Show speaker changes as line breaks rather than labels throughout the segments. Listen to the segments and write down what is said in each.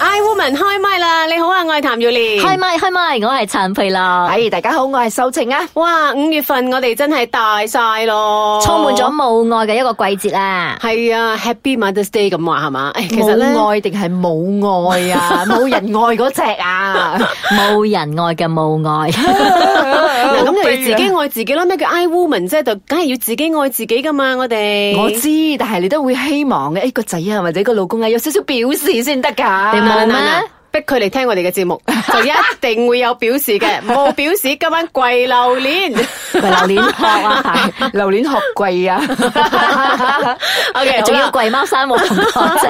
I Woman 開麥啦！你好啊，我係譚耀蓮。
開咪開咪，我係陳佩樂，
哎，大家好，我係秀晴啊。
哇，五月份我哋真係大晒咯，
充滿咗母愛嘅一個季節啦。
係啊，Happy Mother's Day 咁話係嘛？誒，其實咧，
冇愛定係冇愛 啊？冇人愛嗰隻 啊？
冇人愛嘅母愛，
嗱咁
好
就
悲
要自
啊
己愛自己啦。咩叫 I Woman 啫？就梗係要自己愛自己噶嘛，我哋。
我知，但係你都會希望嘅，誒個仔啊或者個老公啊有少少表示先得㗎。
啊
嗱
你冇
嗱
咩
嗱逼佢嚟聽我哋嘅節目， 就一定會有表示嘅。冇表示，今晚跪榴 蓮。
喂榴蓮殼 啊，係榴蓮殼貴啊！
O K，
仲要貴貓山冇咁多隻。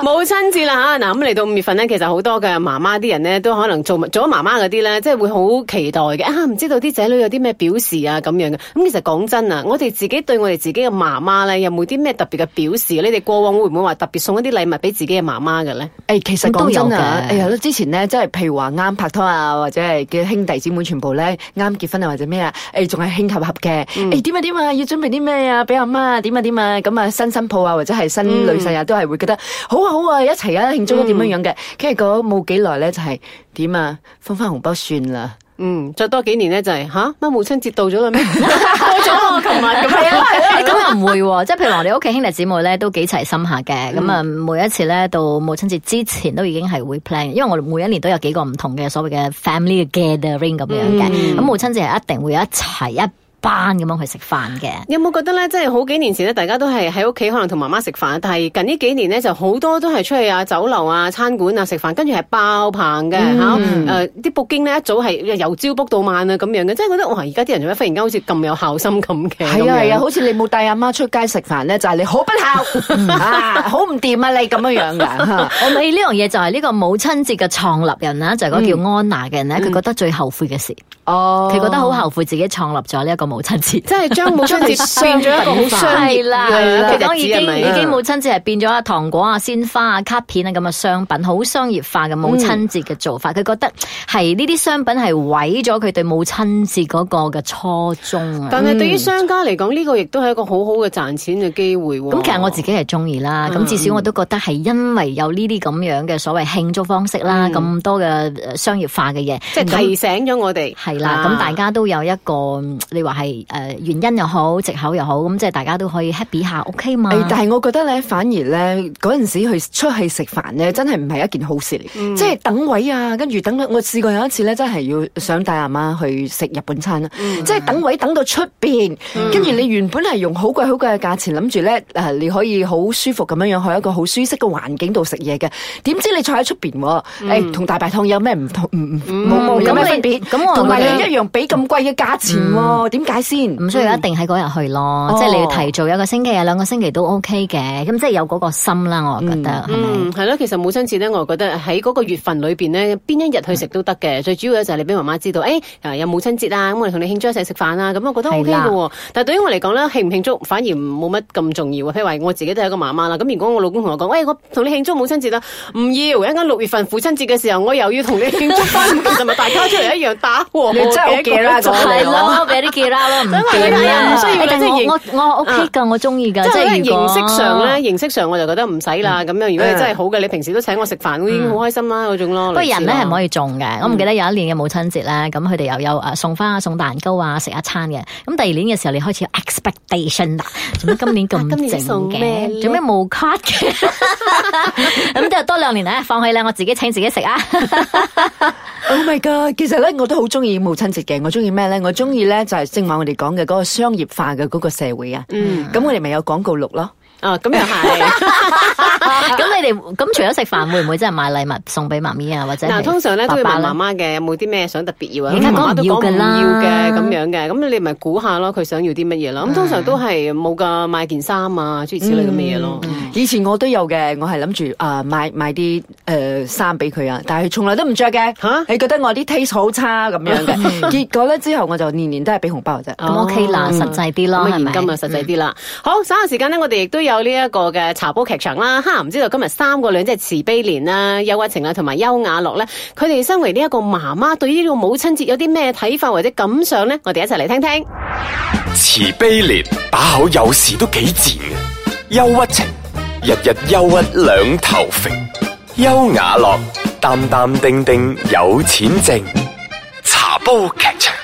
母親節啦嚇，嗱咁嚟到五月份咧，其實好多嘅媽媽啲人咧，都可能做做咗媽媽嗰啲咧，即係會好期待嘅啊！唔知道啲仔女有啲咩表示啊咁樣嘅。咁其實講真啊，我哋自己對我哋自己嘅媽媽咧，有冇啲咩特別嘅表示？你哋過往會唔會話特別送一啲禮物俾自己嘅媽媽嘅咧？
誒，其實
咁都
講
有
真啊，
嘅
誒有之前咧，即係譬如話啱拍拖啊，或者係嘅兄弟姊妹全部咧啱結婚啊，或者咩啊，誒仲係興合合嘅，誒點啊點啊，要準備啲咩啊，俾阿媽啊點啊點啊，咁啊新新抱啊，或者係新女婿啊，都係會覺得好啊好啊，一齊啊慶祝啊點樣樣嘅，跟住嗰冇幾耐咧就係點啊，分翻紅包算啦。
嗯，再多幾年咧就係吓乜母親節到咗啦咩？過咗啦我琴晚咁樣。
誒咁又唔會喎，即係譬如話我哋屋企兄弟姊妹咧都幾齊心下嘅，咁啊每一次咧到母親節之前都已經係會 plan，因為我哋每一年都有幾個唔同嘅所謂嘅 family 嘅 gathering 咁樣嘅，咁母親節係一定會一齊一班咁樣去食飯嘅。
有冇覺得咧，即係好幾年前咧，大家都係喺屋企可能同媽媽食飯，但係近呢幾年咧就好多都係出去啊酒樓啊餐館啊食飯，跟住係爆棚嘅嚇，
嗯
誒啲 booking 咧一早係由朝 book 到晚啊咁樣嘅，即係覺得哇！而家啲人做咩忽然間好似咁有孝心咁嘅？咁
係
樣
啊係啊，好似你冇帶阿媽出街食飯咧，就係你好不 孝啊，好唔掂啊你咁樣樣 噶。
我咪呢樣嘢就係呢個母親節嘅創立人啊啦，就係
嗯
嗰個叫安娜嘅人咧，佢覺得最後悔嘅事，
哦
佢覺得好後悔自己創立咗呢一個母親節。
即係將母親節變咗一個好 商業
係啦，
嘅
佢講
日
已
子係
經已
咪？嗯
經母親節係變咗啊糖果啊、鮮花啊、卡片啊咁嘅商品，好商業化嘅母親節嘅做法。佢、覺得係呢啲商品係毀咗佢對母親節嗰個嘅初衷啊。
但係對於商家嚟講，呢個亦都係一個好好嘅賺錢嘅機會喎。
咁其實我自己係中意啦，
嗯
咁至少我都覺得係因為有呢啲咁樣嘅所謂慶祝方式啦，咁、多嘅呃商業化嘅嘢，
嗯即係
咁
提醒咗我哋
係啦，
啊
咁大家都有一個，嗯你話係誒原因又好，藉口又好，咁即係大家都可以 happy 下，OK
哎
嘛？
誒，哎但係我覺得咧，反而咧嗰陣時去出去食飯咧，真係唔係一件好事嚟，
嗯
即係等位啊，跟住等我試過有一次咧，真係要想帶阿媽去食日本餐啦，啊
嗯
即係等位等到出邊，跟住你原本係用好貴好貴嘅價錢，諗住咧誒你可以好舒服咁樣樣去一個好舒適嘅環境度食嘢嘅，點知你坐喺出邊喎，誒同大排檔有咩唔同？唔唔冇冇有咩分別？
嗯咁我嗯
同埋
覺得
你一樣俾咁貴嘅價錢喎，點解先？
唔需要一定喺嗰日去咯，
嗯
即係你要
哦
提早一個星期啊，兩個星期都 OK 嘅，咁即係有嗰個心啦，我覺得係咪？
嗯，係咯，其實母親節咧，我覺得喺嗰個月份裏邊咧，邊一日去食都得
嗯
嘅。最主要咧就係你俾媽媽知道，誒、啊有母親節啊，咁我哋同你慶祝一齊食飯啊，咁我覺得 O K
係啦
嘅喎。但係對於我嚟講咧，慶唔慶祝反而冇乜咁重要啊。譬如話我自己都係一個媽媽啦，咁如果我老公同我講，喂，我同你慶祝母親節啦，唔要，一陣間六月份父親節嘅時候，我又要同你慶祝翻，其實咪大家出嚟一樣打和
你真係好
嘅
勁啦
嗰種
講
係咯，俾啲 get 啦，唔
係
掂
啦唔
啦，
需要啦
誒但
即係
係我我我 OK 噶，我中意噶，
即
即
係
係如
形
果啊嗯
式上咧，形式上我就覺得唔使啦。咁樣如果你真係好嘅，你平時都請我食飯，我已經好開心啦嗰種咯。嗯
不過人咧係唔
以。
可以種嘅，我唔記得有一年嘅母親節咧，咁佢哋又有誒送花啊、送蛋糕啊、食一餐嘅。咁第二年嘅時候，你開始有 expectation 啦，做咩今 年咁
啊今年
靜
送咩
嘅？
咧
做咩冇 cut 嘅？咁就多兩年咧，放棄啦，我自己請自 己食啊！
Oh my god！其實咧，我都好中意母親節嘅。我中意咩咧？我中意咧就係正話我哋講嘅嗰個商業化嘅嗰個社會啊。嗯，咁我哋咪有廣告錄咯。
啊，咁 又係。
咁你哋咁除咗食飯，會唔會真係買禮物送俾媽咪啊？或者
嗱，
係
通常咧都
爸
會
爸
問
呢
媽媽嘅有冇啲咩想特別要啊？
而
咁
家
媽媽都
講唔要
講唔
㗎啦
要嘅咁樣嘅，咁你咪估下咯，佢想要啲乜嘢咯？咁通常都係冇㗎，買件衫啊，諸如此類咁嘅嘢咯。
嗯
以前我都有嘅，我係諗住啊買買啲誒衫俾佢啊，但係佢從來都唔着嘅。
嚇
你覺得我啲 taste 好差咁樣嘅？ 結果咧之後我就年年都係俾紅包嘅啫。
咁 OK 啦，
嗯
實際啲
咁
咯，
啊
係咪？
現
嗯
金啊，實際啲啦。好，稍後時間呢，我哋亦都有呢一個嘅茶煲劇場啦。哈，唔知道今日三個女即係慈悲蓮啊啦、邱慧晴啦同埋邱雅樂咧，佢哋身為呢一個媽媽，對於呢個母親節有啲咩睇法或者感想咧？我哋一齊嚟聽聽。
慈悲莲把口有時都幾賤嘅，憂鬱情日日憂鬱兩頭肥，優雅樂淡淡定定有錢剩。茶煲劇場，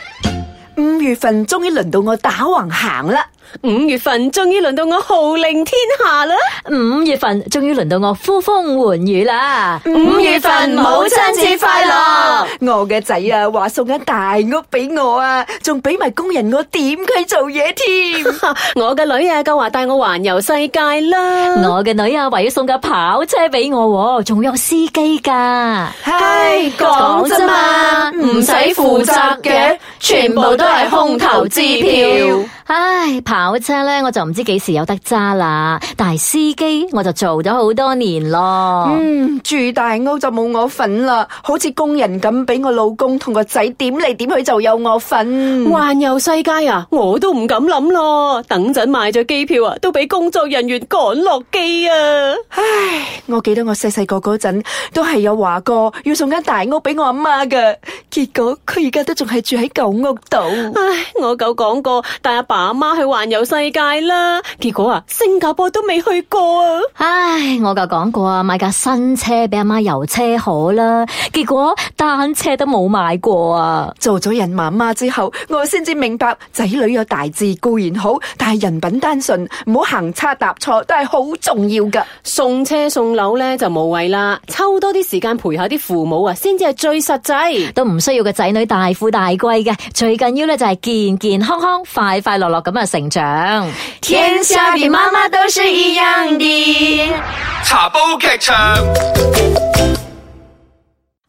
五月份終於輪到我打橫行啦，
五月份終於輪到我號令天下啦！
五月份終於輪到我呼風喚雨啦！
五月份母親節快樂！
我嘅仔啊，話送間大屋俾我啊，仲俾埋工人我點佢做嘢添。
我嘅女啊，夠話帶我環遊世界啦！
我嘅女啊，話要送架跑車俾我喎，仲有司機㗎。
唉，
講啫嘛
唔使負責嘅全部都係空頭支票。
唉，跑車咧我就唔知幾時有得揸啦，但係司機我就做咗好多年咯。
嗯，住大屋就冇我份啦，好似工人咁俾我老公同個仔點嚟點去就有我份。
環遊世界啊，我都唔敢諗咯。等陣買咗機票啊，都俾工作人員趕落機啊！
唉，我記得我細細個嗰陣都係有話過要送間大屋俾我阿媽噶，結果佢而家都仲係住喺舊屋度。
唉，我夠講過帶阿爸阿媽去環遊世界啦，結果啊，新加坡都未去過啊！
唉，我就講過啊，買架新車俾阿媽油車好啦，結果單車都冇買過啊。
做咗人媽媽之後，我先至明白仔女有大志固然好，但係人品單純，唔好行差踏錯都係好重要噶。
送車送樓呢就無謂啦，抽多啲時間陪下啲父母啊，先至係最實際。
都唔需要個仔女大富大貴嘅，最緊要咧就係健健康康、快快樂樂咁啊成長。
天下的媽媽都是一樣的。
茶煲劇場。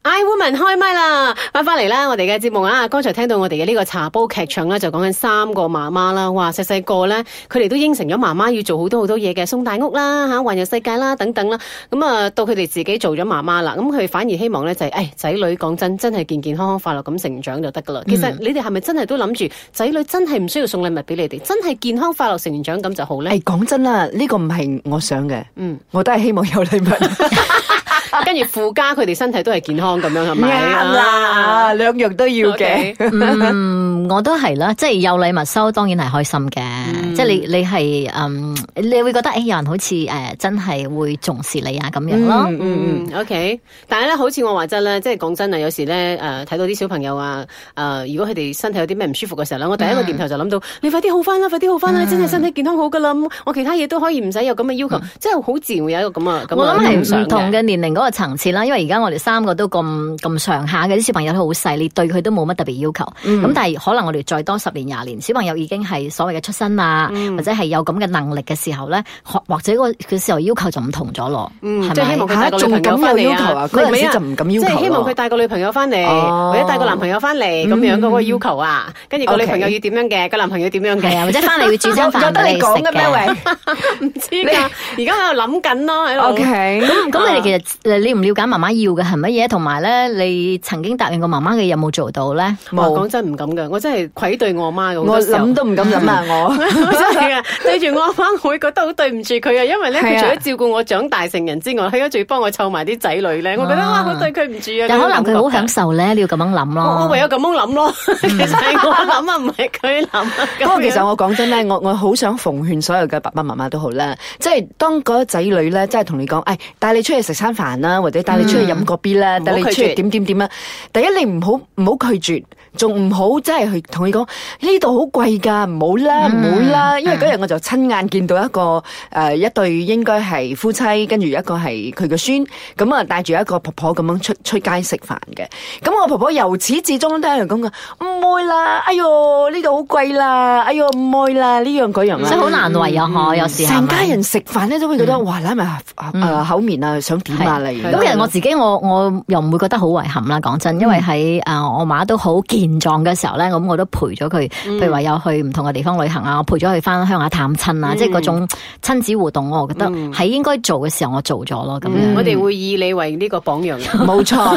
I Woman 開麥啦，翻返嚟啦，我哋嘅節目啊，剛才聽到我哋嘅呢個茶煲劇場咧，就講緊三個媽媽啦，哇，細細個咧，佢哋都應承咗媽媽要做好多好多嘢嘅，送大屋啦，吓環遊世界啦，等等啦，咁啊，到佢哋自己做咗媽媽啦，咁佢反而希望咧就係、誒仔女講真，真係健健康康、快樂咁成長就得噶啦。其
嗯
實你哋係咪真係都諗住仔女真係唔需要送禮物俾你哋，真係健康快樂成長咁就好咧？
誒，哎講真啦，呢、個唔係我想嘅，
嗯，
我都係希望有禮物，
跟住附加佢哋身體都係健康咁樣係咪？啊
啱啦，兩樣都要嘅
OK。
嗯，我都係啦，即係有禮物收，當然係開心嘅。
嗯
即係你你係嗯，你會覺得誒、有人好似誒、真係會重視你啊咁樣咯。
嗯嗯
嗯，OK，但係咧，好似我話齋咧，即係講真啊，有時咧，誒、睇到啲小朋友啊，誒、如果佢哋身體有啲咩唔舒服嘅時候咧，我第一個念頭就諗到，你快啲好翻啦，快啲好翻啦，真係身體健康好噶啦，咁我其他嘢都可以唔使有咁嘅要求，即係好自然會有一個咁啊，咁
我諗
諗
係唔同嘅年齡嗰個層次啦，因為而家我哋三個都咁咁上下嘅，啲小朋友都好細，你對佢都冇乜特別要求。咁、
嗯
但係可能我哋再多十年廿年，小朋友已經係所謂嘅出身啊，
嗯
或者係有咁嘅能力嘅時候咧，或或者個佢時候要求就唔同咗咯，
嗯，即
係
係希望
咪？
佢帶個
嚇
女朋友翻
仲咁有
嚟
要求
啊
啊！嗰陣時
唔係啊
就唔敢要求
即係希望
咯
佢帶個女朋友翻嚟，
哦
或者帶個男朋友翻嚟咁樣嗰個要求啊。跟住個女
OK
朋友要點樣嘅，個男朋友點樣嘅
係，啊，或者翻嚟會煮 餐
有有
飯
得
俾
你
你
講
食
嘅咩
嘅。
喂
唔知㗎。而家喺度諗緊咯，喺度。
？OK，
咁咁你哋其實呃誒你唔了解媽媽要嘅係乜嘢，同埋咧你曾經答應過媽媽嘅有冇做到咧？
冇，
冇
講真唔敢嘅，我真係愧對我媽嘅。好多
我
時候
諗都唔敢諗啊！我
真係啊！對住我阿媽，我會覺得好對唔住佢啊，因為咧
係
佢
啊
除咗照顧我長大成人之外，佢而家仲要幫我湊埋啲仔女咧，我覺得哇，
啊
好對佢唔住啊！
但可能佢好享
受。
受咧，你要咁樣
啊
諗咯。
我我唯有咁樣諗咯， 其實係我諗啊，唔係佢諗啊。
嗯 不過
咁
其實
樣
我講真咧，我我好想奉勸所有嘅爸爸媽媽都好啦，即係當嗰仔女咧，真係同你講，誒帶你出去食餐飯啦，或者帶你出去飲個 B 啦，
嗯
帶你出去點點點啦。第一，你唔好唔好拒絕，仲唔好即係去同佢講呢度好貴㗎，唔好啦，
嗯
唔好啦。因為嗰日我就親眼見到一個誒一對應該係夫妻，跟住一個係佢嘅孫，咁啊帶住一個婆婆咁樣出出街食飯嘅。咁我婆婆由始至終都喺度講㗎，唔會啦，哎呦呢度好貴啦，哎呦唔會啦，呢樣嗰樣啦
所以。好難為啊！嗬，有時係
成
咪
家人食飯咧都會覺得哇，揦埋誒口面啊，想點啊，例如
係
咁其實我自己我我又唔會覺得好遺憾啦，講真，因為喺誒我媽都好健壯嘅時候咧，咁我都陪咗佢，譬如話有去唔同嘅地方旅行啊，我陪咗佢翻鄉下探親啊，即係嗰種親子互動，我覺得喺應該做嘅時候我做咗咯，咁
嗯
樣。
我哋會以你為呢個榜樣啊嘅。
冇錯，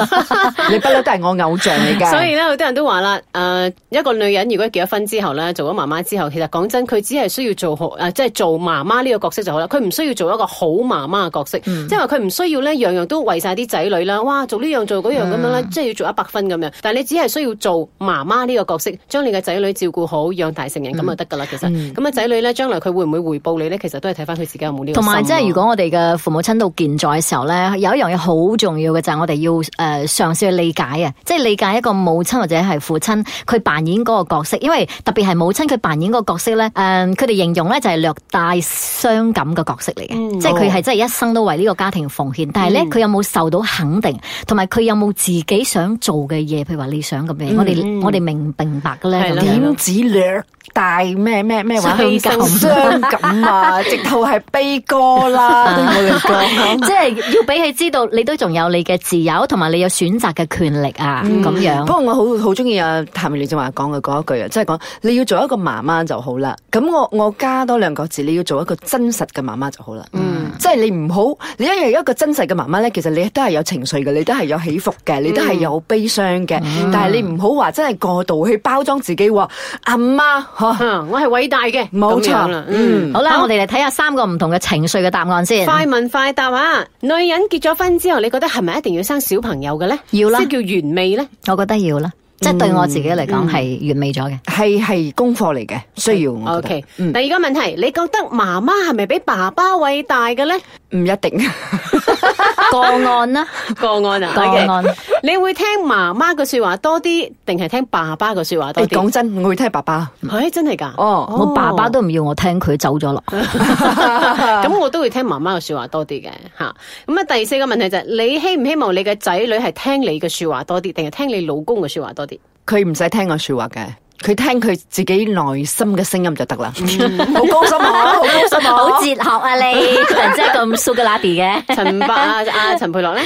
你不嬲都係我偶像嚟 㗎。
所以咧，好多人都話啦，誒、一個女人如果結咗婚之後咧，做咗媽媽之後，其實講真，佢只係需要做好
嗯
誒、即係做媽媽呢個角色就好啦。佢唔需要做一個好媽媽嘅角色，即係話佢唔需要咧樣樣樣都為晒啲仔女啦，哇，做呢樣做嗰樣咁樣啦，
嗯
即係要做一百分咁樣。但係你只係需要做媽媽呢個角色，將你嘅仔女照顧好，養大成人咁就得㗎啦。其實
嗯
咁啊，仔女咧將來佢會唔會回報你咧？其實都係睇翻佢自己有冇呢個
同
心咯。啊
埋即係如果我哋嘅父母親到健在嘅時候咧，有一樣嘢好重要嘅就係我哋要誒、呃、嘗試去理解啊，即係理解一個母親或者係父親佢扮演嗰個角色，因為特別係母親佢扮演嗰個角色咧，誒佢哋形容咧就係略帶傷感嘅角色嚟嘅，
嗯
即係
哦
佢係真係一生都為呢個家庭奉獻，但係咧佢有冇受到肯定，同埋佢有冇自己想做嘅嘢，譬如話理想咁樣，我哋我哋明唔明白嘅咧
嗯係
咁
啦
樣
點子略大咩咩咩話
傷感
傷感啊，直頭係悲歌啦，對我嚟講。
即係要俾佢知道，你都仲有你嘅自由，同埋你有選擇嘅權力啊，咁樣。
嗯不過我好好中意啊譚妙蓮正話講嘅嗰一句啊，即係講你要做一個媽媽就好啦。咁我我加多兩個字，你要做一個真實嘅媽媽就好啦。嗯，即係你唔好，你因為一個真實嘅媽媽咧，其實你都係有情緒嘅，你都係有起伏嘅，你都係有悲傷嘅。但係你唔好話真係過度去包裝自己，話阿媽嗬，
嗯我係偉大嘅，
冇
咁樣
錯
啦，，嗯。
嗯。
好啦，我哋嚟睇下三個唔同嘅情緒嘅答案 先。
快問快答啊！女人結咗婚之後，你覺得係咪一定要生小朋友嘅咧？
要啦
即叫完美咧。
我覺得要啦，即係對我自己嚟講係完美咗嘅。
係係功課嚟嘅，需要我
O
覺得
K，第二個問題，你覺得媽媽係咪比爸爸偉大嘅咧？
唔一定。
個案 啦，
個案 啊，
個案
OK 你會聽媽媽嘅說話多啲，定係聽爸爸嘅說話多
誒
啲
講？真，我會聽爸爸。
唉、真係㗎。
哦，
我爸爸都唔要我聽，佢走咗咯。
咁我都會聽媽媽嘅說話多啲嘅吓。咁啊，第四個問題就係、你希唔希望你嘅仔女係聽你嘅说話多啲，定係聽你老公嘅说話多啲？
佢唔使聽我说話嘅，佢聽佢自己內心嘅聲音就得啦。 好高深啊，好高深 啊！
好哲學啊你，個人 真係咁蘇格拉底 嘅。
陳伯啊，阿陳佩樂咧？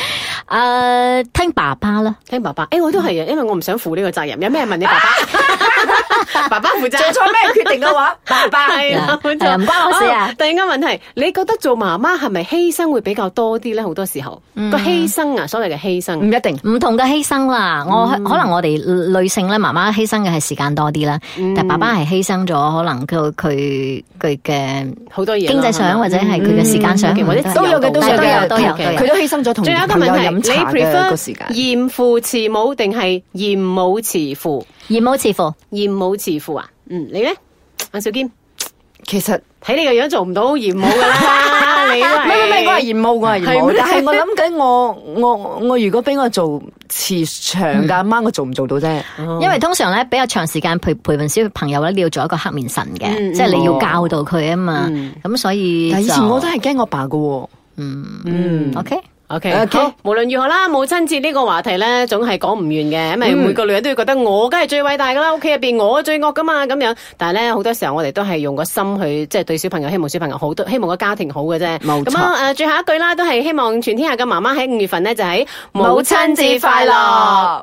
誒，聽爸爸啦，
聽爸爸，誒、我都係
嗯
啊，因為我唔想負呢個責任，有咩問你爸 爸，爸爸負責。
做錯咩決定嘅話，爸爸
係啦，冇
係
錯，
啊
哦
唔關我事啊
好第二個問題，你覺得做媽媽係咪犧牲會比較多啲咧？好多時候
嗯
個犧牲啊，所謂嘅犧
唔
牲，
一定。
唔同嘅犧牲啦。我可能我哋女性咧，媽媽犧牲嘅係時間多啲啦，但爸爸係犧牲咗可能佢佢佢嘅。
好多嘢啦
經濟
係
上
嘛
或者係佢嘅時間上，
嗯或者
但係
都有嘅，都有嘅，
都有
嘅
都有。
佢都犧牲咗同
仲有一個
朋友
問
飲
題，你
茶嘅個時
prefer
間。
嚴父慈母定係嚴母慈父？
而冇似乎
嚴母慈父啊？嗯，你咧，阿小堅，
其實
睇你個樣做唔到嚴母㗎啦， 你
唔係唔係，
都
我係
係
嫌母，我係嫌
係
母
咩。
但係我諗緊，我我我如果俾我做慈祥嘅阿媽，我做唔做到啫？
哦
因為通常咧比較長時間陪陪伴小朋友咧，你要做一個黑面神嘅，
嗯哦
即係你要教導佢啊嘛。咁、所以
但係以前
就
我都係驚我爸嘅喎。
嗯 OK。
O K，
OK
好，無論如何啦，母親節呢個話題咧，總係講唔完嘅，因為
嗯
每個女人都會覺得我梗係最偉大噶啦，屋企入邊我最惡噶嘛咁樣。但係咧，好多時候我哋都係用個心去，即係對小朋友，希望小朋友好，都希望個家庭好嘅啫。
冇錯
咁啊，誒，最後一句啦，都係希望全天下嘅媽媽喺五月份呢，就喺
母親節快樂！